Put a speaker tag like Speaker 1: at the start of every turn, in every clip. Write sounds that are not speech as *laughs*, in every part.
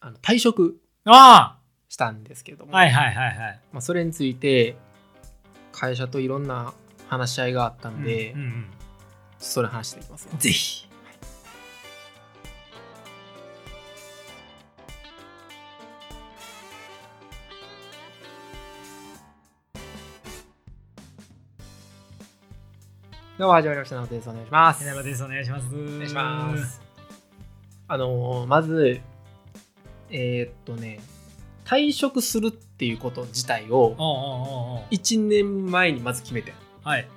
Speaker 1: あの退職
Speaker 2: あ
Speaker 1: したんですけども、
Speaker 2: あはいはいはいはい。
Speaker 1: まあ、それについて会社といろんな話し合いがあったんで、
Speaker 2: うんうん
Speaker 1: それ話していきますよ
Speaker 2: うん、ぜひ。
Speaker 1: では始まりましたのでお願いします
Speaker 2: 稲葉です。お願いします。お
Speaker 1: お願いします。あのーまずえーっとね退職するっていうこと自体を
Speaker 2: おうおうおうおう
Speaker 1: 1年前にまず決めて
Speaker 2: はい。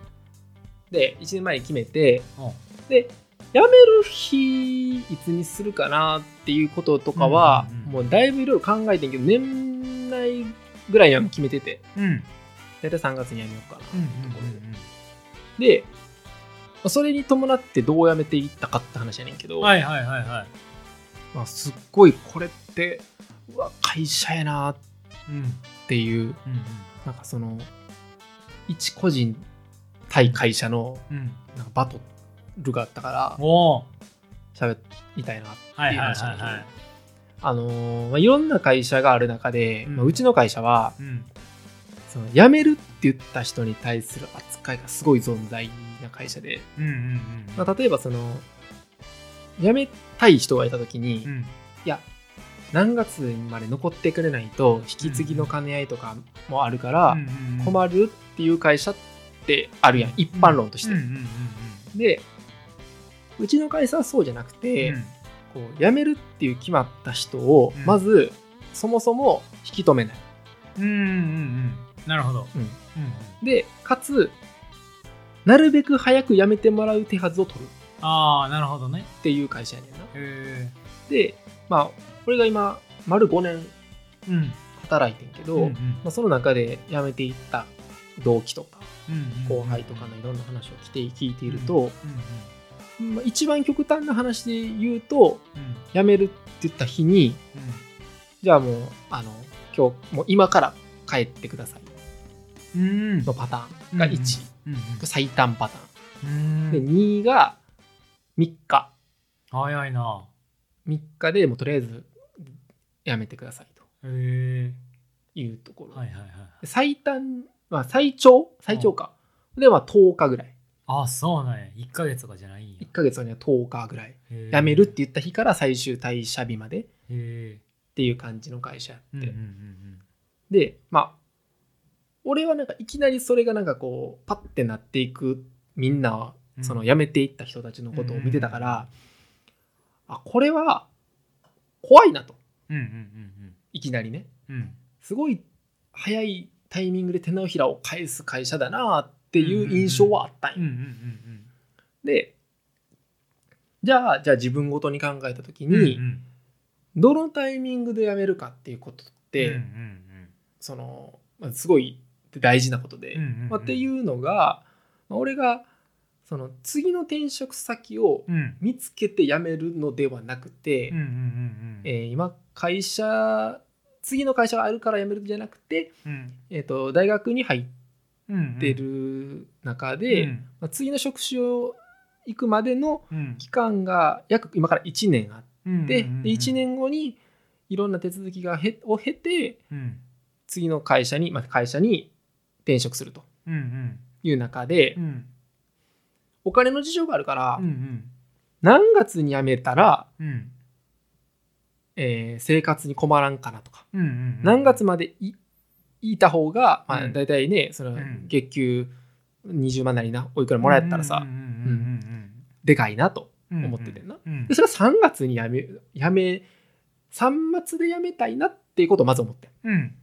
Speaker 1: で1年前に決めて
Speaker 2: おう
Speaker 1: で辞める日いつにするかなっていうこととかは、
Speaker 2: うんうんうん
Speaker 1: もうだいぶいろいろ考えてんけど年内ぐらいにはもう決めてて
Speaker 2: うん。うん
Speaker 1: 大体3月に辞めようかな、
Speaker 2: うん
Speaker 1: でまあそれに伴ってどう辞めていったかって話やねんけど、
Speaker 2: うん。はいはいはいはい。
Speaker 1: まあ、すっごいこれってうわ会社やなっ
Speaker 2: うんうん
Speaker 1: ていうなんかその一個人対会社の
Speaker 2: うんうん。
Speaker 1: なんかバトルがあったから
Speaker 2: おお。
Speaker 1: 喋りたいなって
Speaker 2: はい
Speaker 1: いう
Speaker 2: はい
Speaker 1: 話
Speaker 2: は
Speaker 1: なん
Speaker 2: い
Speaker 1: だけど
Speaker 2: はい。
Speaker 1: あのーまあ、いろんな会社がある中で、
Speaker 2: うん
Speaker 1: まあ、うちの会社は
Speaker 2: うん。
Speaker 1: その辞めるって言った人に対する扱いがすごい存在な会社で、
Speaker 2: うんうんうん。
Speaker 1: まあ、例えばその辞めたい人がいた時に、
Speaker 2: うん。
Speaker 1: いや何月まで残ってくれないと引き継ぎの兼ね合いとかもあるから
Speaker 2: うんうんうん
Speaker 1: 困るっていう会社ってあるやん一般論として。
Speaker 2: うんうんうんうん
Speaker 1: でうちの会社はそうじゃなくて、
Speaker 2: うん
Speaker 1: こう辞めるっていう決まった人を
Speaker 2: うん
Speaker 1: まずそもそも引き止めない。
Speaker 2: うんうんうんなるほど。
Speaker 1: うん
Speaker 2: うんうん
Speaker 1: でかつなるべく早く辞めてもらう手はずを取るっ
Speaker 2: ああ、なるほどね。
Speaker 1: ていう会社やねんな。
Speaker 2: へ
Speaker 1: でまあこれが今丸5年
Speaker 2: え。うん。
Speaker 1: 働いてんけど、
Speaker 2: うんうん
Speaker 1: まあ、その中で辞めていった同期とか
Speaker 2: うんうん
Speaker 1: 後輩とかのいろんな話を聞いて聞いていると、
Speaker 2: うん
Speaker 1: まあ、一番極端な話で言うと
Speaker 2: うん
Speaker 1: 辞めるって言った日に
Speaker 2: うん
Speaker 1: じゃあもうあの今日もう今から帰ってください
Speaker 2: うんうん
Speaker 1: のパターンが1、
Speaker 2: うん
Speaker 1: 最短パター
Speaker 2: うん
Speaker 1: ン
Speaker 2: う
Speaker 1: で
Speaker 2: ん
Speaker 1: 2が3日
Speaker 2: 早いな。
Speaker 1: 3日でもうとりあえずやめてくださいと
Speaker 2: へえ。
Speaker 1: いうところ、
Speaker 2: はいはいはい。
Speaker 1: 最短、まあ、最長最長か、でまあ10日ぐらい
Speaker 2: ああ、そうなんや。1ヶ月とかじゃないんや
Speaker 1: 1。ヶ月はね10日ぐらい
Speaker 2: へえ
Speaker 1: 辞めるって。言った日から最終退社日までっ
Speaker 2: へえ。
Speaker 1: ていう感じの会社や
Speaker 2: う
Speaker 1: っ
Speaker 2: ん
Speaker 1: て、
Speaker 2: うんうん
Speaker 1: でまあ俺はなんかいきなりそれがなんかこうパッてなっていくみんなは
Speaker 2: うん
Speaker 1: その辞めていった人たちのことを見てたから、あこれは怖いなと
Speaker 2: うんうんうん
Speaker 1: いきなりね
Speaker 2: うんうん。
Speaker 1: すごい早いタイミングで手のひらを返す会社だなっていう印象はあったんよ
Speaker 2: うんうんうん
Speaker 1: でじゃあじゃあ自分ごとに考えた時
Speaker 2: うん。
Speaker 1: に、
Speaker 2: うんうん
Speaker 1: どのタイミングで辞めるかっていうことって、
Speaker 2: うんうん
Speaker 1: そのまあすごい大事なことで、
Speaker 2: うんうんうん
Speaker 1: まあっていうのがまあ俺がその次の転職先を
Speaker 2: うんうん
Speaker 1: 見つけて辞めるのではなくて、
Speaker 2: うんうんうんうん。
Speaker 1: えー今会社次の会社があるから辞めるんじゃなくて、
Speaker 2: うん
Speaker 1: えー、と大学に入っ
Speaker 2: うんうん
Speaker 1: てる中で、
Speaker 2: うん
Speaker 1: まあ、次の職種を行くまでの
Speaker 2: うん
Speaker 1: 期間が約今から1年あっ
Speaker 2: うん
Speaker 1: て、
Speaker 2: うんうんうん
Speaker 1: で1年後にいろんな手続きがへを経て
Speaker 2: うん
Speaker 1: 次の会社に、まあ、会社に転職すると
Speaker 2: うんうん
Speaker 1: いう中で、
Speaker 2: うん
Speaker 1: お金の事情があるから、
Speaker 2: うん
Speaker 1: 何月に辞めたら、
Speaker 2: うんうん
Speaker 1: えー生活に困らんかなとか、
Speaker 2: うんうん
Speaker 1: 何月までいいた方が、ま
Speaker 2: う
Speaker 1: あ、
Speaker 2: ん
Speaker 1: 大体ねその
Speaker 2: うん
Speaker 1: 月給20万なりなおいくらもらえたらさ、
Speaker 2: うんうん
Speaker 1: でかいなと
Speaker 2: うんうん
Speaker 1: 思っててんな
Speaker 2: うん
Speaker 1: でそれは3月に辞め辞め3末で辞めたいなっていうことをまず思ってん
Speaker 2: うん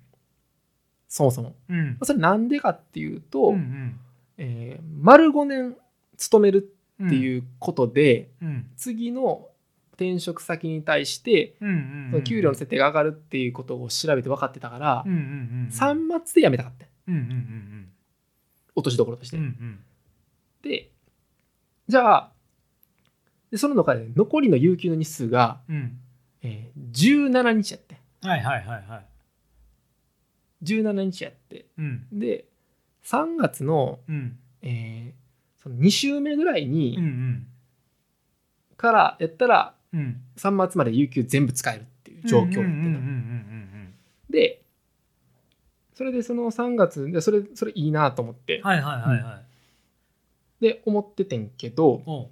Speaker 1: そもそも
Speaker 2: うん
Speaker 1: それなんでかっていうと、
Speaker 2: うん
Speaker 1: えー丸5年勤める
Speaker 2: うん
Speaker 1: っていうことで、
Speaker 2: うん
Speaker 1: 次の転職先に対して
Speaker 2: うんうん
Speaker 1: その給料の設定が上がるっていうことを調べて分かってたから、
Speaker 2: うんうんうんうん
Speaker 1: 3末で辞めたかったん
Speaker 2: うんうんうん
Speaker 1: 落としどころとして、
Speaker 2: うんうん
Speaker 1: でじゃあでその中で残りの有給の日数が、
Speaker 2: うん
Speaker 1: えー17日やって
Speaker 2: はいはいはいはい
Speaker 1: 17日やって
Speaker 2: うん
Speaker 1: で3月の,、
Speaker 2: うん
Speaker 1: えーその2週目ぐらいに、
Speaker 2: うんうん
Speaker 1: からやったら
Speaker 2: うん
Speaker 1: 3月まで有給全部使えるっていういう状況ってな、
Speaker 2: うんうんうんうんうん
Speaker 1: でそれでその3月でそれそれいいなと思って、
Speaker 2: うんはいはいはいはい。
Speaker 1: で思っててんけど、
Speaker 2: おう
Speaker 1: えっ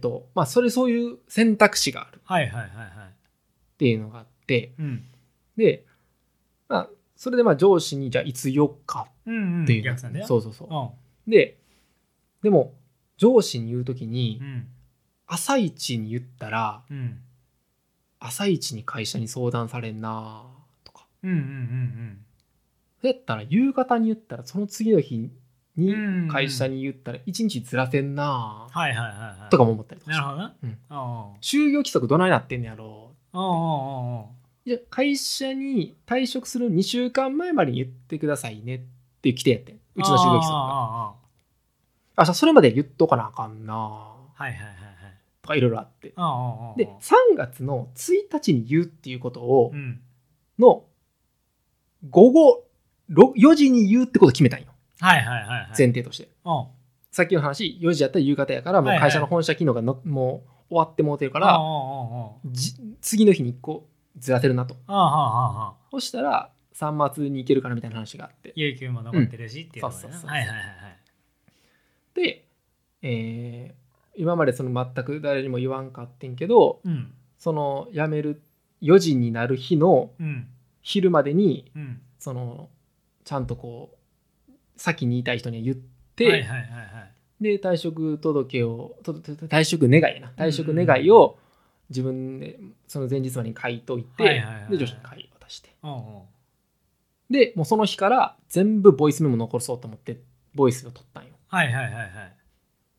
Speaker 1: とまあ、それそういう選択肢があるっ
Speaker 2: はいはいはいはい。
Speaker 1: ていうのがあって
Speaker 2: うん。
Speaker 1: で、まあ、それでまあ上司にじゃあいつ言おうか
Speaker 2: うんうん。
Speaker 1: っていうの、
Speaker 2: 逆算で。。
Speaker 1: そううそうそう、
Speaker 2: ん。
Speaker 1: ででも上司に言う時に、
Speaker 2: うん。
Speaker 1: 朝一に言ったら
Speaker 2: うん。
Speaker 1: 朝一に会社に相談されんなとか
Speaker 2: うんうんうん
Speaker 1: そうやったら夕方に言ったらその次の日
Speaker 2: うん
Speaker 1: に
Speaker 2: うんうん。
Speaker 1: 会社。に言ったら一日ずらせんな
Speaker 2: はいはいはいはい。
Speaker 1: とかも思ったりとか
Speaker 2: な
Speaker 1: し
Speaker 2: る
Speaker 1: て
Speaker 2: ほどな。
Speaker 1: うん
Speaker 2: おうん。
Speaker 1: 就業規則どないなってんねやろ
Speaker 2: おうおうおうお
Speaker 1: じゃあ会社に退職する2週間前までに言ってくださいねっていう規定やってん
Speaker 2: う
Speaker 1: うちの就業規則が
Speaker 2: あああああ
Speaker 1: あじゃあそれまで言っとかなあかんな
Speaker 2: あはいはいはいはい。
Speaker 1: とかいろいろあって
Speaker 2: おうおうおうおう
Speaker 1: で3月の1日に言うっていうことを
Speaker 2: うん。
Speaker 1: の午後ろ4時に言うってことを決めたんよ
Speaker 2: はいはいはいはい。
Speaker 1: 前提として
Speaker 2: おう。
Speaker 1: さっきの話4時やったら夕方やからも
Speaker 2: は
Speaker 1: う
Speaker 2: いはい
Speaker 1: 会社の本社機能がのもう終わってもうてるか
Speaker 2: からおうおうおうおう
Speaker 1: じ次の日に1個ずらせるなと
Speaker 2: ああああああ。
Speaker 1: そしたら3末に行けるからみたいな話があって
Speaker 2: 有給も残ってるしっていうのがね
Speaker 1: そうそうそうそう
Speaker 2: はいはいはいはい。
Speaker 1: で、えー今までその全く誰にも言わんかってんけど
Speaker 2: うん。
Speaker 1: その辞める4時になる日の
Speaker 2: うん。
Speaker 1: 昼までに
Speaker 2: うん。
Speaker 1: そのちゃんとこう先にいたい人には言って、
Speaker 2: はいはいはいはい。
Speaker 1: で退職届をととと退職願いな退職願いを自分でその前日までに書いといて、
Speaker 2: はいはいはい
Speaker 1: で上司に書い渡して
Speaker 2: おうおう
Speaker 1: でもうその日から全部ボイスメモ残そうと思ってボイスを取ったんよ
Speaker 2: はいはいはいはい。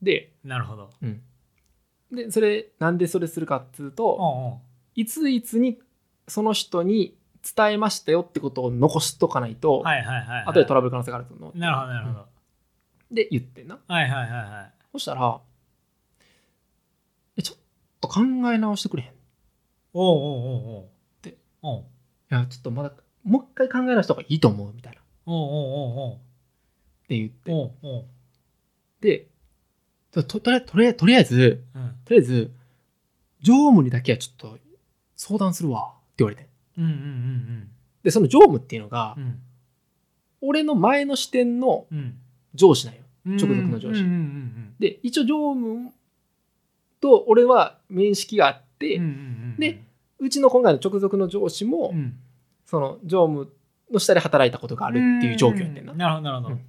Speaker 1: で,、
Speaker 2: なるほど。
Speaker 1: うん、でそれなんでそれするかっつう
Speaker 2: お
Speaker 1: と
Speaker 2: うおう
Speaker 1: いついつにその人に伝えましたよってことを残しとかないと、
Speaker 2: はいはいはいはい。
Speaker 1: 後でトラブル可能性があると思う
Speaker 2: なるほどなるほど。
Speaker 1: で言ってんな
Speaker 2: はいはいはいはい。
Speaker 1: そしたらえちょっと考え直してくれへん
Speaker 2: おうおうおうおう。
Speaker 1: で
Speaker 2: おう
Speaker 1: いや、ちょっとまだ、もう一回考え直した方がいいと思う、みたいな。っ
Speaker 2: おうおうおうおう
Speaker 1: て言って。
Speaker 2: おうおう
Speaker 1: で、とととりあえず、とりあえず、とりあえず、
Speaker 2: うん
Speaker 1: とりあえず常務にだけはちょっと相談するわ、って言われて。
Speaker 2: うんうん
Speaker 1: で、その常務っていうのが
Speaker 2: うんう、ん
Speaker 1: 俺の前の視点の
Speaker 2: うん
Speaker 1: 上司なんよ。
Speaker 2: うん
Speaker 1: 直属の上司
Speaker 2: うんうん
Speaker 1: で、一応常務と俺は面識があっ
Speaker 2: うんうんうんう
Speaker 1: て、
Speaker 2: ん
Speaker 1: でうちの今回の直属の上司も、
Speaker 2: うん
Speaker 1: その常務の下で働いたことがあるっていう状況やってんな。
Speaker 2: なるほどなるほど
Speaker 1: うん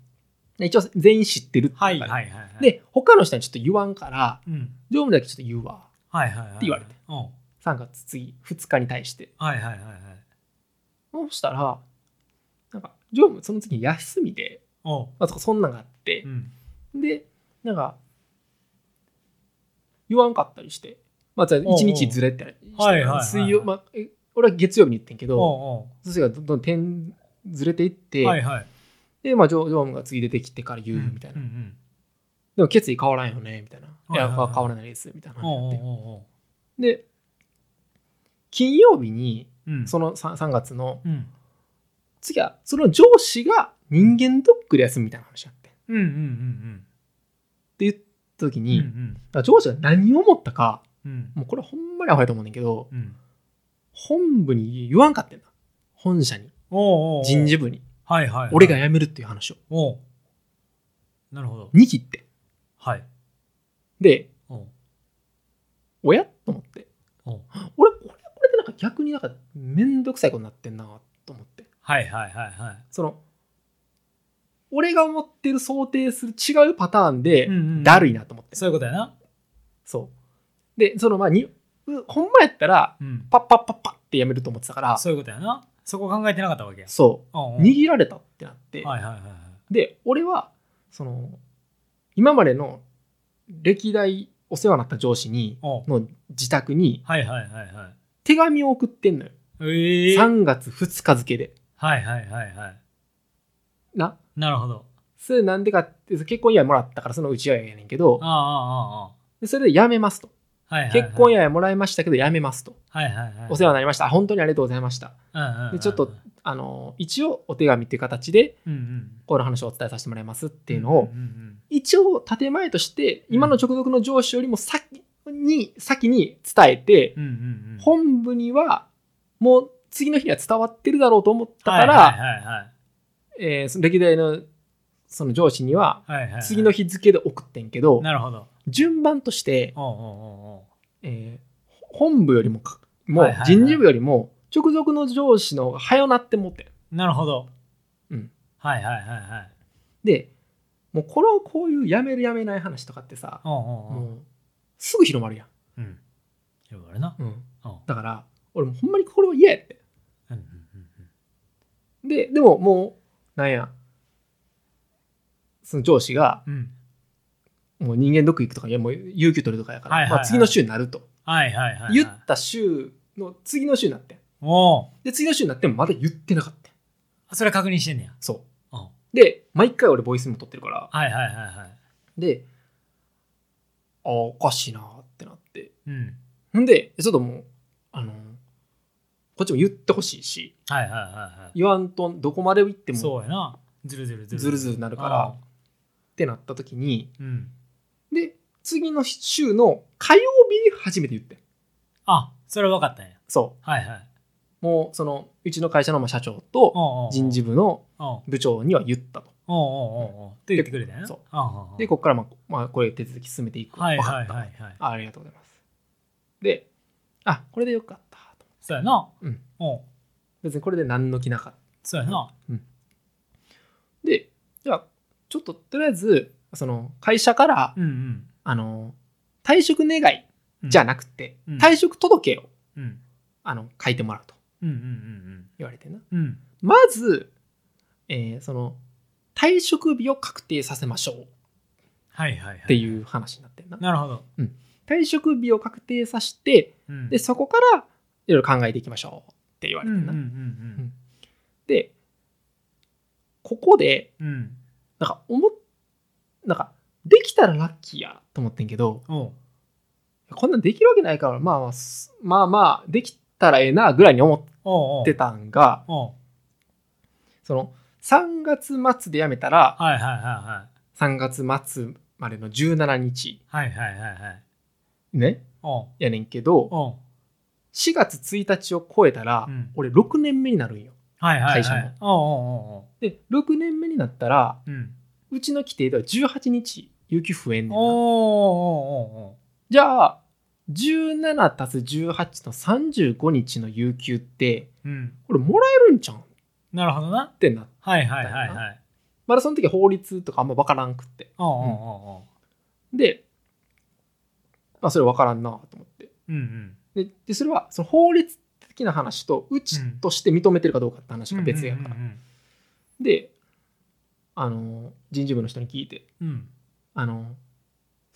Speaker 1: で一応全員知ってるっていうか
Speaker 2: は
Speaker 1: ら
Speaker 2: いはいはいはい
Speaker 1: で、他の人にちょっと言わんから、
Speaker 2: うん
Speaker 1: 常務だけちょっと言うわ。
Speaker 2: はいはいはい
Speaker 1: って言われて
Speaker 2: おう
Speaker 1: 3月次2日に対して
Speaker 2: はいはいはいはい
Speaker 1: そうしたらなんか常務その次休みで、
Speaker 2: おう
Speaker 1: まあ、そそんなんがあって
Speaker 2: う、ん
Speaker 1: でなんか言わんかったりして、まあ、じゃあ1日ずれたりして、
Speaker 2: はいはいはい
Speaker 1: 水曜、まあ、え俺は月曜日に言ってんけど
Speaker 2: おう
Speaker 1: それがどんどん点ずれていって、
Speaker 2: おうはいはい
Speaker 1: で、まあ、常常務が次出てきてから言うみたいな、
Speaker 2: うんうん
Speaker 1: でも決意変わらんよねみたいな、い
Speaker 2: はい
Speaker 1: や
Speaker 2: はいはい
Speaker 1: 変わらないですみたいな
Speaker 2: うんお
Speaker 1: 話
Speaker 2: う
Speaker 1: に
Speaker 2: お
Speaker 1: な
Speaker 2: う
Speaker 1: って
Speaker 2: おう
Speaker 1: で金曜日に
Speaker 2: おううん
Speaker 1: その 3, 3月の
Speaker 2: うん
Speaker 1: 次はその上司が人間ドックで休むみたいな話あってっ
Speaker 2: うんうんうん
Speaker 1: て言った時
Speaker 2: うん
Speaker 1: に、
Speaker 2: うん
Speaker 1: 上司が何を思ったか
Speaker 2: うん
Speaker 1: もうこれほんまにアホやと思うねんだけど
Speaker 2: うん
Speaker 1: 本部に言わんかったんだ本社に
Speaker 2: おうおうおう
Speaker 1: 人事部に
Speaker 2: はいはいはい
Speaker 1: 俺が辞めるっていう話を
Speaker 2: おうなるほど
Speaker 1: に切って
Speaker 2: はい
Speaker 1: で
Speaker 2: おう
Speaker 1: おやと思って
Speaker 2: おう
Speaker 1: 俺これこれでなんか逆になんか面倒くさいことになってんなと思って
Speaker 2: はいはいはいはい
Speaker 1: その俺が思ってる想定する違うパターンでだる
Speaker 2: い
Speaker 1: いなと思って、
Speaker 2: そういうことやな
Speaker 1: そうでそのまあにうほんまやったら
Speaker 2: うん
Speaker 1: パッパッパッパッってやめると思ってたから、
Speaker 2: そういうことやなそこ考えてなかったわけや
Speaker 1: そ
Speaker 2: おう
Speaker 1: う、
Speaker 2: おう
Speaker 1: 握られたってなって、
Speaker 2: はいはいはいはい
Speaker 1: で、俺は、その、今までの歴代お世話になった上司に、
Speaker 2: おう
Speaker 1: の自宅に
Speaker 2: はいはいはいはい
Speaker 1: 手紙を送ってんのよ。
Speaker 2: ええ
Speaker 1: 3月2日付で。
Speaker 2: はいはいはいはい
Speaker 1: な。
Speaker 2: なるほど
Speaker 1: それなんでかって、結婚祝いもらったからそのうちわやねんけど
Speaker 2: あ、ああああ
Speaker 1: でそれで辞めますと。
Speaker 2: あはいはいはい
Speaker 1: 結婚祝いもらいましたけど辞めますと。
Speaker 2: はいはいはい
Speaker 1: お世話になりました。本当にありがとうございました。
Speaker 2: うんうん
Speaker 1: でちょっとあの、一応お手紙っていう形で、
Speaker 2: うんうん
Speaker 1: この話をお伝えさせてもらいますっていうのを
Speaker 2: うんうん
Speaker 1: 一応建前として
Speaker 2: うん
Speaker 1: 今の直属の上司よりも先に先に伝えて
Speaker 2: うんうんうんうん
Speaker 1: 本部にはもう次の日には伝わってるだろうと思ったから、
Speaker 2: はいはいはい
Speaker 1: えーその歴代のその上司には
Speaker 2: はい。はいはい、
Speaker 1: 次の
Speaker 2: 日。
Speaker 1: 日付で送ってんけど、
Speaker 2: なるほど。
Speaker 1: 順番として、
Speaker 2: おうお
Speaker 1: えー本部よりもかも
Speaker 2: はいは
Speaker 1: う
Speaker 2: いはい
Speaker 1: 人事部よりも直属の上司の方が早なって持ってん
Speaker 2: うおうおうなるほど。
Speaker 1: うん。
Speaker 2: はいはいはいはい。
Speaker 1: でもうこのこういうやめるやめない話とかってさ、
Speaker 2: おうおうおう。
Speaker 1: もうすぐ広まるやん、
Speaker 2: うん。よくあるな。
Speaker 1: うん
Speaker 2: おう
Speaker 1: だから俺もうほんまにこれは嫌やって
Speaker 2: うんうんうんうん
Speaker 1: ででももうなんやその上司が
Speaker 2: うん。
Speaker 1: もう人間ドック行くとかいやもう有給取るとかやから、
Speaker 2: はいはいはい
Speaker 1: まあ、次の週になると
Speaker 2: はいはいはいはい。
Speaker 1: 言った週の次の週になってん
Speaker 2: おう
Speaker 1: で次の週になってもまだ言ってなかった
Speaker 2: あそれ確認してんねや。
Speaker 1: そう
Speaker 2: おう
Speaker 1: で毎回俺ボイスも取ってるから
Speaker 2: はいはいはいはい。
Speaker 1: であーおかしいなーってなって
Speaker 2: うん。
Speaker 1: んでちょっともうあのーこっちも言ってほしいし
Speaker 2: はいはいはいはい。
Speaker 1: 言わんとどこまで行っても
Speaker 2: そうやな。ずるずるずる
Speaker 1: ズルズルなるからってなった時に
Speaker 2: うん。うん。
Speaker 1: で次の週の火曜日に初めて言ってん
Speaker 2: あ、それ分かったんや。
Speaker 1: そ
Speaker 2: はいはい。
Speaker 1: うもうそのうちの会社のまあ社長と
Speaker 2: おうおうおう
Speaker 1: 人事部の
Speaker 2: おう
Speaker 1: 部長には言ったと
Speaker 2: おうおうおうおうって言ってくれたんやな。
Speaker 1: そう
Speaker 2: おうおうおう。
Speaker 1: でここからまあ、まあ、これ手続き進めていく
Speaker 2: はい
Speaker 1: わ
Speaker 2: は
Speaker 1: か
Speaker 2: い
Speaker 1: った
Speaker 2: はいはい。
Speaker 1: あありがとうございますであこれでよかったと
Speaker 2: そうやな。
Speaker 1: うん。
Speaker 2: おう
Speaker 1: 別にこれで何の気なかった
Speaker 2: そうやな。
Speaker 1: でじゃあちょっととりあえずその会社から、
Speaker 2: うんうん。
Speaker 1: あの退職願い
Speaker 2: うん
Speaker 1: じゃなくて、
Speaker 2: うん
Speaker 1: 退職届を
Speaker 2: うん。
Speaker 1: あの書いてもらうと
Speaker 2: うんうん
Speaker 1: 言われてな
Speaker 2: うんうん。うん。
Speaker 1: まず、えーその退職日を確定させましょう
Speaker 2: はいはいはい。
Speaker 1: っていう話になってんな
Speaker 2: なるほど。
Speaker 1: 退職日を確定させて
Speaker 2: うん。
Speaker 1: でそこからいろいろ考えていきましょうって言わ
Speaker 2: う
Speaker 1: れ
Speaker 2: ん
Speaker 1: て
Speaker 2: うんん
Speaker 1: な、
Speaker 2: うん
Speaker 1: でここで
Speaker 2: うん。うん。
Speaker 1: なんか思っなんかできたらラッキーやと思ってんけど、
Speaker 2: おう
Speaker 1: こんなんできるわけないから、まあまあす、まあまあ、できたらええな、ぐらいに思
Speaker 2: おうおう
Speaker 1: ってたんが、
Speaker 2: おう
Speaker 1: その、3月末でやめたら、
Speaker 2: はいはいは
Speaker 1: 3月末までの17日、
Speaker 2: いはい。はいはいはいはい。
Speaker 1: ね、
Speaker 2: おう
Speaker 1: やねんけど、
Speaker 2: おう
Speaker 1: 4月1日を超えたら、
Speaker 2: うん
Speaker 1: 俺6年目になるんよ。
Speaker 2: はいはい
Speaker 1: 会社
Speaker 2: は
Speaker 1: の
Speaker 2: い。おうおうおう
Speaker 1: で、6年目になったら、
Speaker 2: おう。うん。
Speaker 1: うちの規定では18日、有給増えんねんな。
Speaker 2: おうおうおうおう。
Speaker 1: じゃあ、17たす18の35日の有給って、
Speaker 2: うん。
Speaker 1: これもらえるんじゃんっ
Speaker 2: なるほどな。
Speaker 1: てなって。
Speaker 2: はいはいはいはい。
Speaker 1: まだその時法律とかあんま分からんくって。
Speaker 2: おうおうお
Speaker 1: で、まあ、それ分からんなと思って
Speaker 2: うおう。うんうん。
Speaker 1: ででそれはその法律的な話とうちとして認めてるかどうかって話が別やから、
Speaker 2: うんうん
Speaker 1: であの人事部の人に聞いて
Speaker 2: うん
Speaker 1: あの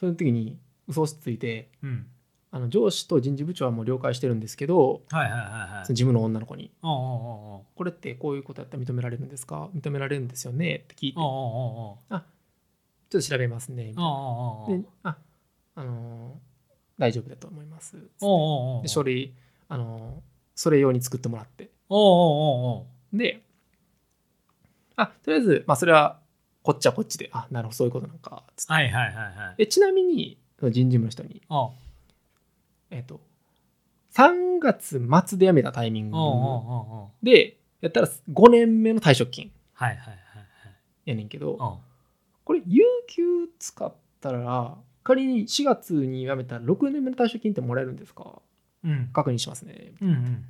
Speaker 1: その時に嘘をついて
Speaker 2: うん。うん。
Speaker 1: あの上司と人事部長はもう了解してるんですけど
Speaker 2: はいはいはいはい
Speaker 1: その。事務の女の子に
Speaker 2: おうおうおうおう
Speaker 1: 「これってこういうことやったら認められるんですか認められるんですよね」って聞いて「ち
Speaker 2: おう
Speaker 1: ょっ
Speaker 2: おうおう
Speaker 1: と調べますね」み
Speaker 2: おう
Speaker 1: たい
Speaker 2: おうおうお
Speaker 1: な
Speaker 2: う
Speaker 1: で「ああの大丈夫だと思います」つって
Speaker 2: おうおうおう
Speaker 1: で書類あのそれ用に作ってもらって
Speaker 2: おうおうおうおう
Speaker 1: であとりあえず、まあ、それはこっちはこっちであなるほどそういうことなんかつって
Speaker 2: はいはいはいはい
Speaker 1: えちなみにその人事部の人に、
Speaker 2: おう
Speaker 1: えっと3月末で辞めたタイミング
Speaker 2: おうおうおうおう
Speaker 1: でやったら5年目の退職金
Speaker 2: はいはいはいはい
Speaker 1: やねんけど
Speaker 2: おう
Speaker 1: これ有給使ったら仮に4月に辞めたら6年目の退職金ってもらえるんですか
Speaker 2: うん
Speaker 1: 確認しますね
Speaker 2: うんうん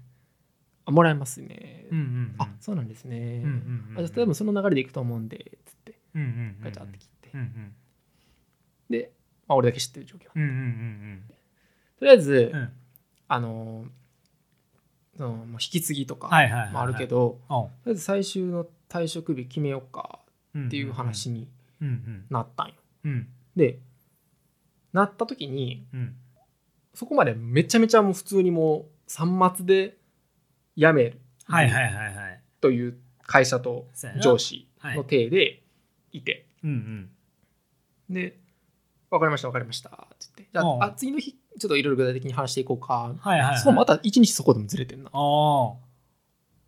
Speaker 1: あもらえますね、
Speaker 2: うんうん
Speaker 1: あそうなんですね、
Speaker 2: うんうんうん
Speaker 1: あじゃあ多分その流れでいくと思うんでつって
Speaker 2: うんうん
Speaker 1: ガチャって切って、
Speaker 2: うんうん
Speaker 1: で、まあ、俺だけ知ってる状況、
Speaker 2: うんうんうん
Speaker 1: とりあえず、
Speaker 2: うんうん
Speaker 1: あのーそのもう引き継ぎとか
Speaker 2: はいはいはいはい
Speaker 1: もあるけど、
Speaker 2: おう
Speaker 1: とりあえず最終の退職日決めようか
Speaker 2: うん
Speaker 1: っていう話に
Speaker 2: うんうん
Speaker 1: なったんよ、
Speaker 2: うん
Speaker 1: でなった時に
Speaker 2: うん
Speaker 1: そこまでめちゃめちゃもう普通にもう3末で辞める
Speaker 2: はいはいはいはい
Speaker 1: という会社と
Speaker 2: そうやな
Speaker 1: 上司の体でいて、
Speaker 2: うんうん
Speaker 1: で「分かりました分かりました」って言って「じゃ
Speaker 2: うん
Speaker 1: ああ次の日ちょっといろいろ具体的に話していこうか」
Speaker 2: はいはいはい
Speaker 1: そうまた一日そこでもずれてんな
Speaker 2: おう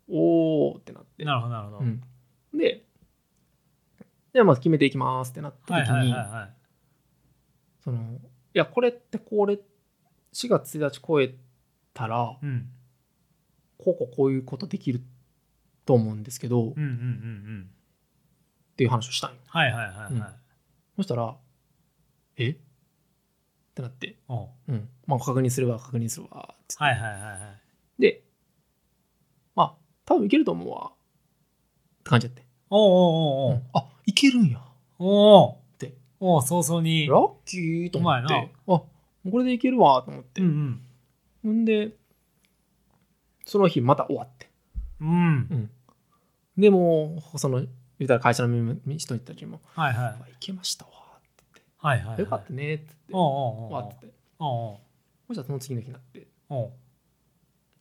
Speaker 1: おーってなって
Speaker 2: なるほどなるほど
Speaker 1: うんででまず決めていきますってなった
Speaker 2: はい
Speaker 1: 時に、
Speaker 2: はいはいはい
Speaker 1: そのいやこれってこれ4月1日超えたら
Speaker 2: うん
Speaker 1: こうこうこういうことできると思うんですけど、っ
Speaker 2: うんうんうんうん
Speaker 1: ていう話をしたんよ
Speaker 2: はいはいはいはい
Speaker 1: そしたら「えっ?」てなって
Speaker 2: おう
Speaker 1: 「うんまあ確認すれば確認するわ」って
Speaker 2: はいはいはいはい
Speaker 1: でまあ多分いけると思うわって感じやって、
Speaker 2: おうおうお
Speaker 1: う
Speaker 2: うん
Speaker 1: あいけるんや
Speaker 2: おうおう
Speaker 1: で
Speaker 2: おう早々に
Speaker 1: ラッキーと思っ
Speaker 2: お前
Speaker 1: てあこれでいけるわと思って、
Speaker 2: うん
Speaker 1: ほんでその日また終わって
Speaker 2: うんうん
Speaker 1: でもうその言ったら会社の人たちにも
Speaker 2: はいはい
Speaker 1: 「あいけましたわ」って
Speaker 2: はいはい
Speaker 1: 言っ
Speaker 2: は
Speaker 1: て「よかった
Speaker 2: い
Speaker 1: ね」って言って「わ」
Speaker 2: おうおうおう
Speaker 1: って言って
Speaker 2: おう
Speaker 1: そしたらその次の日になって
Speaker 2: おう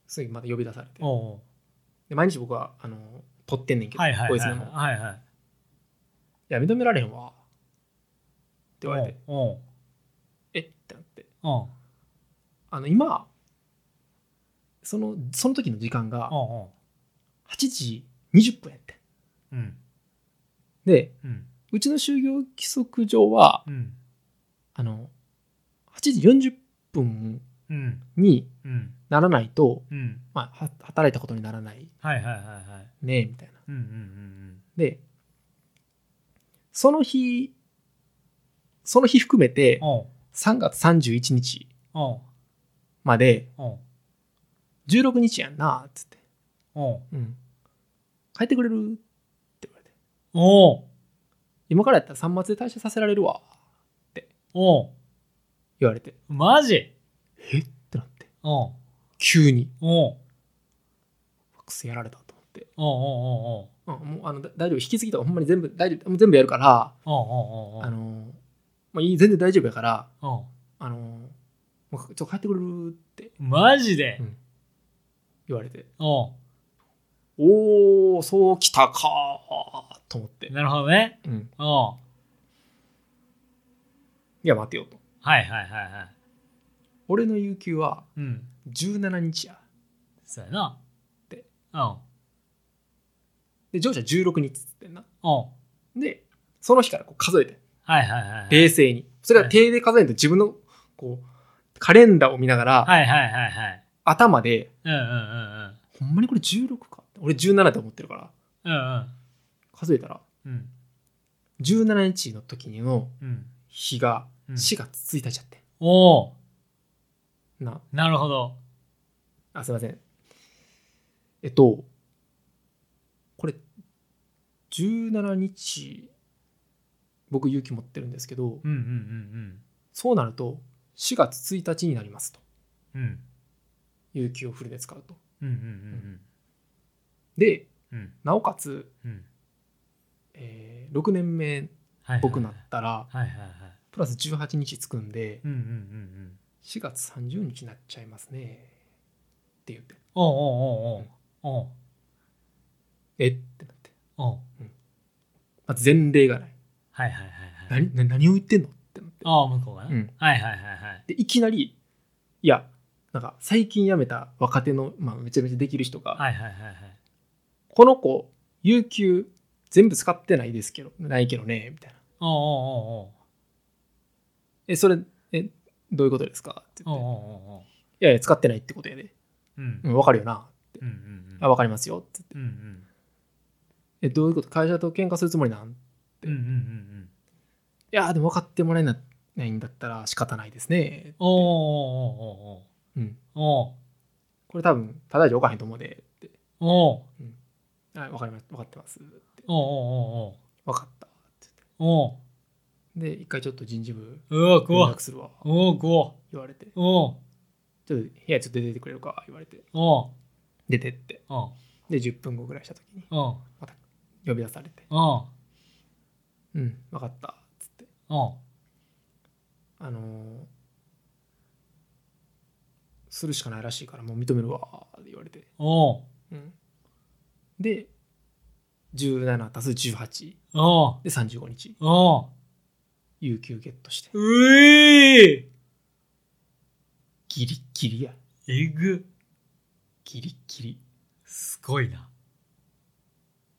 Speaker 1: すぐまた呼び出されて
Speaker 2: おうおう
Speaker 1: で毎日僕はあの撮ってんねんけど、
Speaker 2: はいはい
Speaker 1: こ
Speaker 2: はいい
Speaker 1: つ
Speaker 2: は
Speaker 1: で
Speaker 2: い
Speaker 1: も「い
Speaker 2: はいはい
Speaker 1: や認められへんわ」って言われて
Speaker 2: おう
Speaker 1: 「えっ?」てなって
Speaker 2: おう
Speaker 1: あの今そのその時の時間が
Speaker 2: おうおう
Speaker 1: 8時20分やって
Speaker 2: うん
Speaker 1: で
Speaker 2: うん
Speaker 1: うちの就業規則上は
Speaker 2: うん
Speaker 1: あの8時40分
Speaker 2: うん
Speaker 1: に
Speaker 2: うん
Speaker 1: ならないと、
Speaker 2: うん
Speaker 1: まあ、は働いたことにならない
Speaker 2: はいはいはいはい
Speaker 1: ねみたいな。
Speaker 2: うんうんうん
Speaker 1: でその日その日含めて
Speaker 2: うんおう
Speaker 1: 3月31日
Speaker 2: おう
Speaker 1: まで
Speaker 2: おう
Speaker 1: 16日やんなっつって、
Speaker 2: おう
Speaker 1: うん、帰ってくれるって言われて
Speaker 2: おう
Speaker 1: 今からやったら3末で退社させられるわ
Speaker 2: おう
Speaker 1: 言われて
Speaker 2: マジ
Speaker 1: えってなって
Speaker 2: おう
Speaker 1: 急に
Speaker 2: おう
Speaker 1: ファックスやられたと思って、
Speaker 2: おうおうおう
Speaker 1: うん、もうあのだ大丈夫引き継ぎとかほんまに全部大丈夫もう全部やるから
Speaker 2: おうおうおうおう
Speaker 1: あのまあ、いい全然大丈夫やから
Speaker 2: おう
Speaker 1: あのもうちょっと帰ってくれるって
Speaker 2: マジで
Speaker 1: うん言われて
Speaker 2: おう
Speaker 1: おおそうきたかーと思って、
Speaker 2: なるほどね
Speaker 1: うん、
Speaker 2: おう
Speaker 1: いや待てよと
Speaker 2: はいはいはいはい
Speaker 1: 俺の有給は
Speaker 2: うん
Speaker 1: 17日や
Speaker 2: そうやな
Speaker 1: で
Speaker 2: おう
Speaker 1: で上司は16日っつってんな
Speaker 2: おう
Speaker 1: でその日からこう数えて
Speaker 2: はいはいはいはい
Speaker 1: 冷静にそれは定で数えて自分のこうカレンダーを見ながら
Speaker 2: はいはいはいはい
Speaker 1: 頭で
Speaker 2: うんうんうんうん
Speaker 1: ほんまにこれ16か俺17って思ってるから
Speaker 2: うん
Speaker 1: 数えたら
Speaker 2: うん
Speaker 1: 17日の時の
Speaker 2: うん
Speaker 1: 日が
Speaker 2: うん
Speaker 1: 4月1日やって、
Speaker 2: おお
Speaker 1: な
Speaker 2: なるほど
Speaker 1: あすいませんえっとこれ17日僕勇気持ってるんですけど
Speaker 2: うんうん
Speaker 1: そうなると4月1日になりますと
Speaker 2: うんうんうん
Speaker 1: 有給をフルで使うと
Speaker 2: うんうん
Speaker 1: で
Speaker 2: うんうん
Speaker 1: なおかつ、
Speaker 2: うん
Speaker 1: えー6年目
Speaker 2: はいはい
Speaker 1: 僕なったら
Speaker 2: はいはいはい
Speaker 1: プラス18日つくんで
Speaker 2: うんうんうんうん
Speaker 1: 4月30日になっちゃいますねって言って
Speaker 2: おうおうおうおう
Speaker 1: えってなって
Speaker 2: おう
Speaker 1: まず前例がない
Speaker 2: はいはいはいはい
Speaker 1: 何な何を言ってんのってなって
Speaker 2: ああ向こうがな、
Speaker 1: うん
Speaker 2: はいはいはいはい
Speaker 1: でいきなりいやなんか最近辞めた若手の、まあ、めちゃめちゃできる人が、
Speaker 2: はいはいはいはい
Speaker 1: この子有給全部使ってないですけどないけどねみたいな
Speaker 2: おうおう
Speaker 1: えそれえどういうことですかって
Speaker 2: おうおうお
Speaker 1: 言って
Speaker 2: うおうおう
Speaker 1: いやいや使ってないってことやで、
Speaker 2: うん
Speaker 1: うん、分かるよなって、
Speaker 2: うんうんうん
Speaker 1: あ分かりますよって言って
Speaker 2: うんうん
Speaker 1: えどういうこと会社と喧嘩するつもりなんい
Speaker 2: うんうんうんうん
Speaker 1: やでも分かってもらえなないんだったら仕方ないですね
Speaker 2: おうおうおうおう
Speaker 1: うん
Speaker 2: おう
Speaker 1: これ多分ただじゃおかへんと思うでって
Speaker 2: おう
Speaker 1: あ分かります分かってますって
Speaker 2: おうおうおう
Speaker 1: 分かったって
Speaker 2: おう
Speaker 1: 言ってで一回ちょっと人事部
Speaker 2: おううわ
Speaker 1: 連
Speaker 2: 怖っ
Speaker 1: 絡するわ
Speaker 2: おう怖っ
Speaker 1: 言われて
Speaker 2: おう
Speaker 1: ちょっと部屋ちょっと出てくれるか言われて
Speaker 2: おう
Speaker 1: 出てって
Speaker 2: おう
Speaker 1: で10分後ぐらいした時に
Speaker 2: おう
Speaker 1: 呼び出されて
Speaker 2: おう
Speaker 1: 「うん分かった」っつって
Speaker 2: おう
Speaker 1: あのーするしかないらしいからもう認めるわ」って言われて、
Speaker 2: おう
Speaker 1: うん、で17足す18
Speaker 2: おう
Speaker 1: で35日
Speaker 2: おう
Speaker 1: 有給ゲットして
Speaker 2: うえ
Speaker 1: ギリギリや
Speaker 2: ーえぐ
Speaker 1: ギリギリ
Speaker 2: すごいな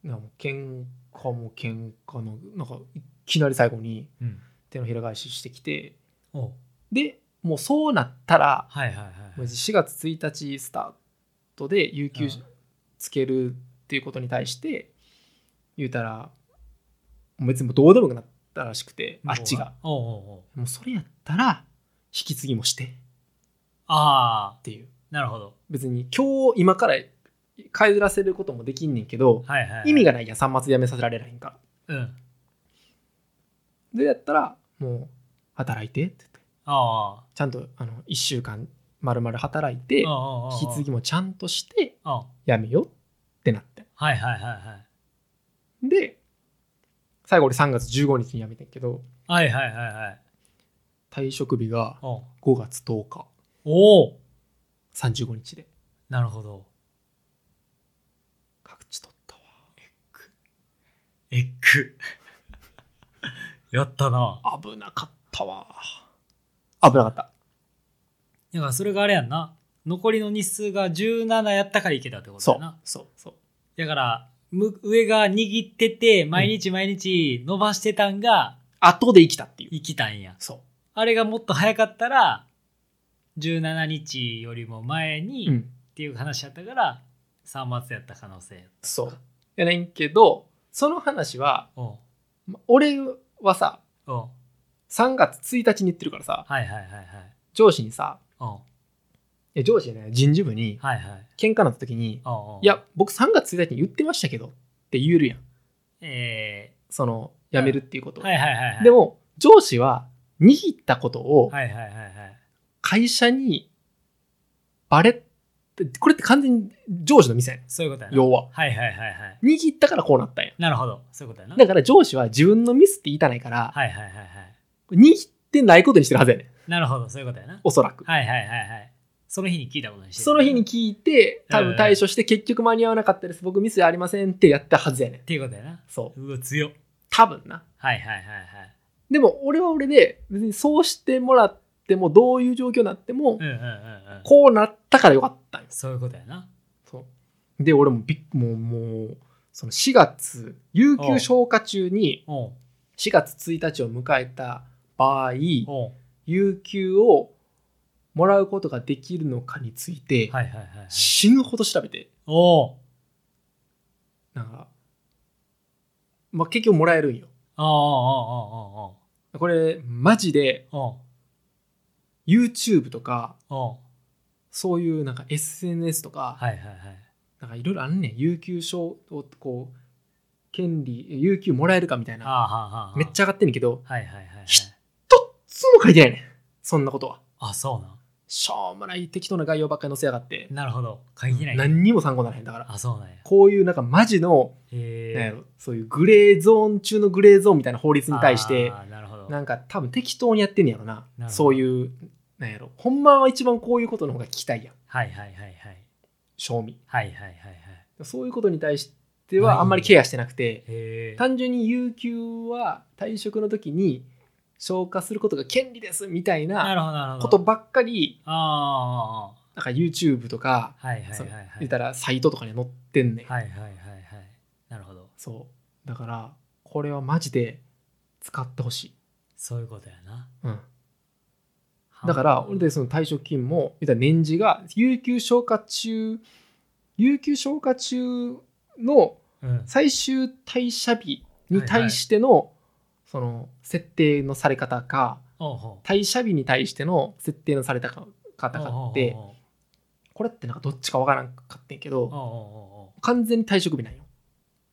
Speaker 1: なんかもう喧嘩も喧嘩のなんかいきなり最後に
Speaker 2: うん
Speaker 1: 手のひら返ししてきて
Speaker 2: おう
Speaker 1: でもうそうなったら
Speaker 2: はいはいはい
Speaker 1: 4月1日スタートで有給
Speaker 2: うん
Speaker 1: つけるっていうことに対して言うたら別にもうどうでもよくなったらしくてあっちが。
Speaker 2: おうおうおう
Speaker 1: もうそれやったら引き継ぎもしてっ
Speaker 2: ああ、
Speaker 1: ていう
Speaker 2: なるほど。
Speaker 1: 別に今日今から帰らせることもできんねんけど
Speaker 2: はいはい、はい。
Speaker 1: 意味
Speaker 2: が。
Speaker 1: がないやん3末辞めさせられへんから
Speaker 2: うん。
Speaker 1: でやったらもう働いてって言って
Speaker 2: ああ。
Speaker 1: ちゃんとあの1週間まるまる働いて引
Speaker 2: 引
Speaker 1: き継ぎもちゃんとして
Speaker 2: あ
Speaker 1: やめようってなって
Speaker 2: はいはいはいはい。
Speaker 1: で最後俺3月15日に辞めてんけど
Speaker 2: はいはいはいはい。
Speaker 1: 退職日が
Speaker 2: おう
Speaker 1: 5月10日
Speaker 2: おお
Speaker 1: 35日で
Speaker 2: なるほど。
Speaker 1: 各地取ったわ
Speaker 2: エッグ。 *laughs* やったな。
Speaker 1: 危なかったわ危なかった
Speaker 2: だからそれがあれやんな。残りの日数が17やったからいけたってこと
Speaker 1: そ
Speaker 2: や
Speaker 1: う
Speaker 2: な。
Speaker 1: そうそう
Speaker 2: だから、む上が握ってて、毎日毎日伸ばしてたんが
Speaker 1: 後で生きたっていう
Speaker 2: 生きたんや。
Speaker 1: そ
Speaker 2: あれがもっと早かったら、17日よりも前
Speaker 1: うう
Speaker 2: にっ
Speaker 1: ん
Speaker 2: ていう話やったから、3末やった可能性。
Speaker 1: そうやねんけどその話は
Speaker 2: おう
Speaker 1: ま俺はさ
Speaker 2: おう
Speaker 1: 3月1日に言ってるからさ
Speaker 2: はいはいはいはい。
Speaker 1: 上司にさ
Speaker 2: おう
Speaker 1: いや上司じゃない人事部に
Speaker 2: はいはい。
Speaker 1: 喧嘩なった時に
Speaker 2: おうおう
Speaker 1: 「いや僕3月1日に言ってましたけど」って言えるやん
Speaker 2: え
Speaker 1: その辞めるっていうこと
Speaker 2: ー、
Speaker 1: を
Speaker 2: はいはいはいはい。
Speaker 1: で、も上司は握ったことを
Speaker 2: はいはいはいはい。
Speaker 1: 会社にバレってこれって完全に上司の店やねん
Speaker 2: そういうことやな。
Speaker 1: 要は
Speaker 2: はいはいはいはい。
Speaker 1: 握ったからこうなったんや
Speaker 2: なるほど。そういうことやな。
Speaker 1: だから上司は自分のミスって言いたないから
Speaker 2: はいはいはいはい。
Speaker 1: 握ってないことにしてるはずやねん
Speaker 2: なるほど。そういうことやな。
Speaker 1: おそらく
Speaker 2: はいはいはいはい。その日に聞いたことにしてる
Speaker 1: その日に
Speaker 2: っ
Speaker 1: 聞いて多分対処して結局間に合わなかったです僕ミスありませんってやったはずやねん
Speaker 2: ていうことやな。
Speaker 1: そう
Speaker 2: うわ、強っ。
Speaker 1: 多分な
Speaker 2: はいはいはいはい。
Speaker 1: でも俺は俺で別にそうしてもらってもどういう状況になっても
Speaker 2: うんうんうんうん。
Speaker 1: こうなったからよかったんよ
Speaker 2: そういうことやな。
Speaker 1: そうで俺もびっもうもうその4月有給消化中に
Speaker 2: おう
Speaker 1: 4月1日を迎えた場合
Speaker 2: おう
Speaker 1: 有給をもらうことができるのかについて
Speaker 2: はいはいはいはい。
Speaker 1: 死ぬほど調べて
Speaker 2: おう
Speaker 1: なんか、まあ、結局もらえるんよ
Speaker 2: おうおう
Speaker 1: これマジで
Speaker 2: おうおうおうおう
Speaker 1: YouTube とか
Speaker 2: おう
Speaker 1: そういうなんか SNS とか、
Speaker 2: はいはいはい。
Speaker 1: なんかいろいろあんねん有給証をこう権利有給もらえるかみたい
Speaker 2: あ
Speaker 1: な
Speaker 2: あはあはあ。
Speaker 1: めっちゃ上がってんねんけど
Speaker 2: ゃ。はいはいはいはい。
Speaker 1: 一つも書いてないねんそんなことは
Speaker 2: あ、そうなん。
Speaker 1: しょうもない適当な概要ばっかり載せやがって
Speaker 2: なるほど。書いてない。
Speaker 1: 何にも参考にならへんだから
Speaker 2: あ、そうなんや。
Speaker 1: こういうなんかマジの、なんや
Speaker 2: へえ。
Speaker 1: ろそういうグレーゾーン中のグレーゾーンみたいな法律に対して
Speaker 2: あーなるほど。
Speaker 1: なんか多分適当にやってんねやろな
Speaker 2: なるほど
Speaker 1: そういうなんやろほんまは一番こういうことの方が聞きたいやん
Speaker 2: はいはいはいはい。
Speaker 1: 賞味
Speaker 2: はいはいはいはい。
Speaker 1: そういうことに対して
Speaker 2: ないん
Speaker 1: は
Speaker 2: や
Speaker 1: あんまりケアしてなくて
Speaker 2: へえ。
Speaker 1: 単純に有給は退職の時に消化することが権利ですみたい
Speaker 2: な
Speaker 1: な
Speaker 2: るほどなるほど。
Speaker 1: ことばっかり
Speaker 2: あ
Speaker 1: なんか YouTube とか
Speaker 2: あ。はいはい
Speaker 1: そ
Speaker 2: は
Speaker 1: の
Speaker 2: いはい。
Speaker 1: 言ったらサイトとかに載ってんねん、
Speaker 2: はいはいはいはい。なるほど。
Speaker 1: そうだからこれはマジで使ってほしい、
Speaker 2: そういうことやな。
Speaker 1: うん、だから俺でその退職金も言ったら年次が有給消化中有給消化中の
Speaker 2: うん。
Speaker 1: 最終退社日に対しての、その設定のされ方か
Speaker 2: おうほう
Speaker 1: 退社日に対しての設定のされたか方か
Speaker 2: おう
Speaker 1: って
Speaker 2: おう
Speaker 1: これってなんかどっちかわからんかってんけ
Speaker 2: おうおう
Speaker 1: ど
Speaker 2: おうおう
Speaker 1: 完全に退職日なんよ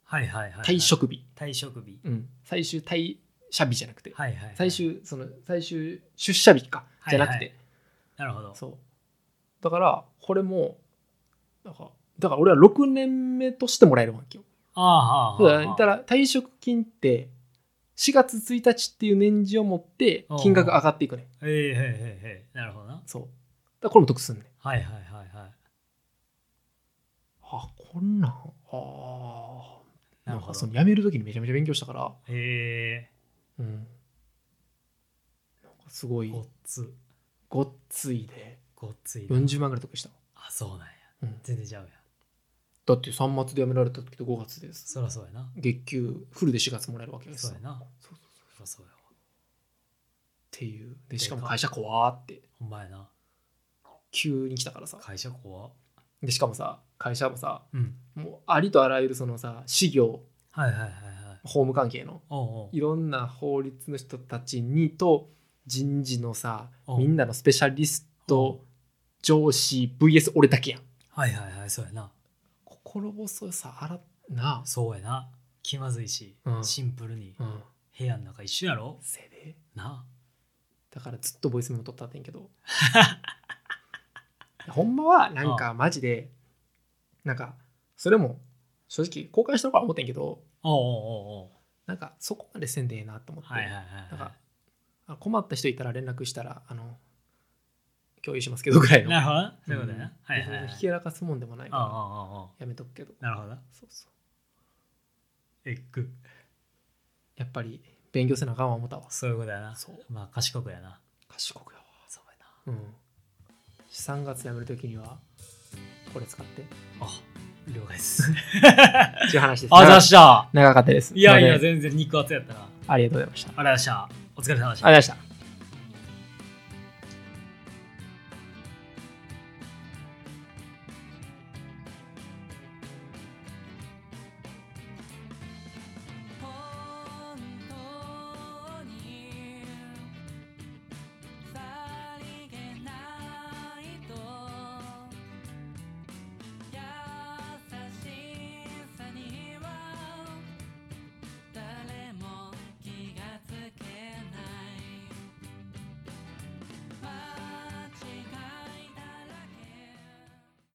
Speaker 2: はいはいはいはい。
Speaker 1: 退。職日、
Speaker 2: 退職日。
Speaker 1: うん、最終退社日じゃなくて、
Speaker 2: はいはいはい。
Speaker 1: 最。終その最終出社日かじゃなくて、
Speaker 2: はいなるほど。
Speaker 1: そうだからこれもなんかだから俺は6年目としてもらえるわけよ
Speaker 2: ああは
Speaker 1: だ
Speaker 2: あ
Speaker 1: か
Speaker 2: は
Speaker 1: ら
Speaker 2: あ
Speaker 1: 言
Speaker 2: は
Speaker 1: っ
Speaker 2: あ。
Speaker 1: たら退職金って4月1日っていう年次を持って金額が上がっていくね
Speaker 2: ええへえへえへえ。なるほどな。
Speaker 1: そうだからこれも得すんね
Speaker 2: はいはいはいはい。
Speaker 1: あこんなんあーな
Speaker 2: なる
Speaker 1: ん
Speaker 2: ほ
Speaker 1: か
Speaker 2: ど
Speaker 1: その辞める時にめちゃめちゃ勉強したから
Speaker 2: へ
Speaker 1: うんなんかすご
Speaker 2: え。
Speaker 1: い
Speaker 2: ごっつ。
Speaker 1: ごっついで
Speaker 2: ごっついな。
Speaker 1: 40万ぐらい得した、
Speaker 2: あ、そうなんや。
Speaker 1: うん
Speaker 2: 全然ちゃうやん。
Speaker 1: だって3月で辞められた時と5月です
Speaker 2: そらそうやな。
Speaker 1: 月給フルで4月もらえるわけです
Speaker 2: そうやな。
Speaker 1: そうそうそう
Speaker 2: そらそうやわ。
Speaker 1: っていう
Speaker 2: で
Speaker 1: でしかも
Speaker 2: か
Speaker 1: 会社怖ーって
Speaker 2: ほんまやな。
Speaker 1: 急に来たからさ
Speaker 2: 会社怖っ。
Speaker 1: でしかもさ会社もさ
Speaker 2: うん。
Speaker 1: もうありとあらゆるそのさ事業
Speaker 2: はいはいはいはい。
Speaker 1: 法務関係の
Speaker 2: おうおう
Speaker 1: いろんな法律の人たちにと人事のさ
Speaker 2: うん
Speaker 1: みんなのスペシャリス
Speaker 2: うん
Speaker 1: ト上司 VS 俺だけやん
Speaker 2: はいはいはい、そうやな。
Speaker 1: 心細さあらな
Speaker 2: そうやな。気まずいし、
Speaker 1: うん
Speaker 2: シンプルに
Speaker 1: あ、うん、
Speaker 2: 部屋の中一緒やろ
Speaker 1: せいで
Speaker 2: な
Speaker 1: だからずっとボイスメモ取ったってん
Speaker 2: *laughs*
Speaker 1: けどほんまはなんかマジでなんかそれも正直公開したのから思ってんけど
Speaker 2: おうおうおうおう
Speaker 1: なんかそこまでせんでええなと思って、
Speaker 2: はいはいはい
Speaker 1: なん
Speaker 2: は
Speaker 1: かあ困った人いたら連絡したらあの共有しますけどぐらい
Speaker 2: い。
Speaker 1: の
Speaker 2: なるほどな。そういうこと
Speaker 1: う
Speaker 2: や
Speaker 1: ん
Speaker 2: な。はいはいはい。
Speaker 1: ひけらかすもんでもない
Speaker 2: おうおう
Speaker 1: か
Speaker 2: おうおう
Speaker 1: らやめとくけど
Speaker 2: なるほどな。
Speaker 1: そうそう
Speaker 2: エッグ。
Speaker 1: やっぱり勉強せなあかんわ思ったわ
Speaker 2: そういうことやな。
Speaker 1: そう
Speaker 2: まあ賢くやな。
Speaker 1: 賢くやわ
Speaker 2: そうやな。
Speaker 1: うん3月辞めるときにはこれ使ってっ
Speaker 2: あ、了解 *laughs* です。
Speaker 1: ていう話です
Speaker 2: あざっした。
Speaker 1: 長かったです
Speaker 2: いやいや、
Speaker 1: ので
Speaker 2: 全然肉厚やったな。ありがと
Speaker 1: ありがとうご
Speaker 2: う
Speaker 1: ざいましたありがとう
Speaker 2: ございました。お疲れ様でした
Speaker 1: ござい。ました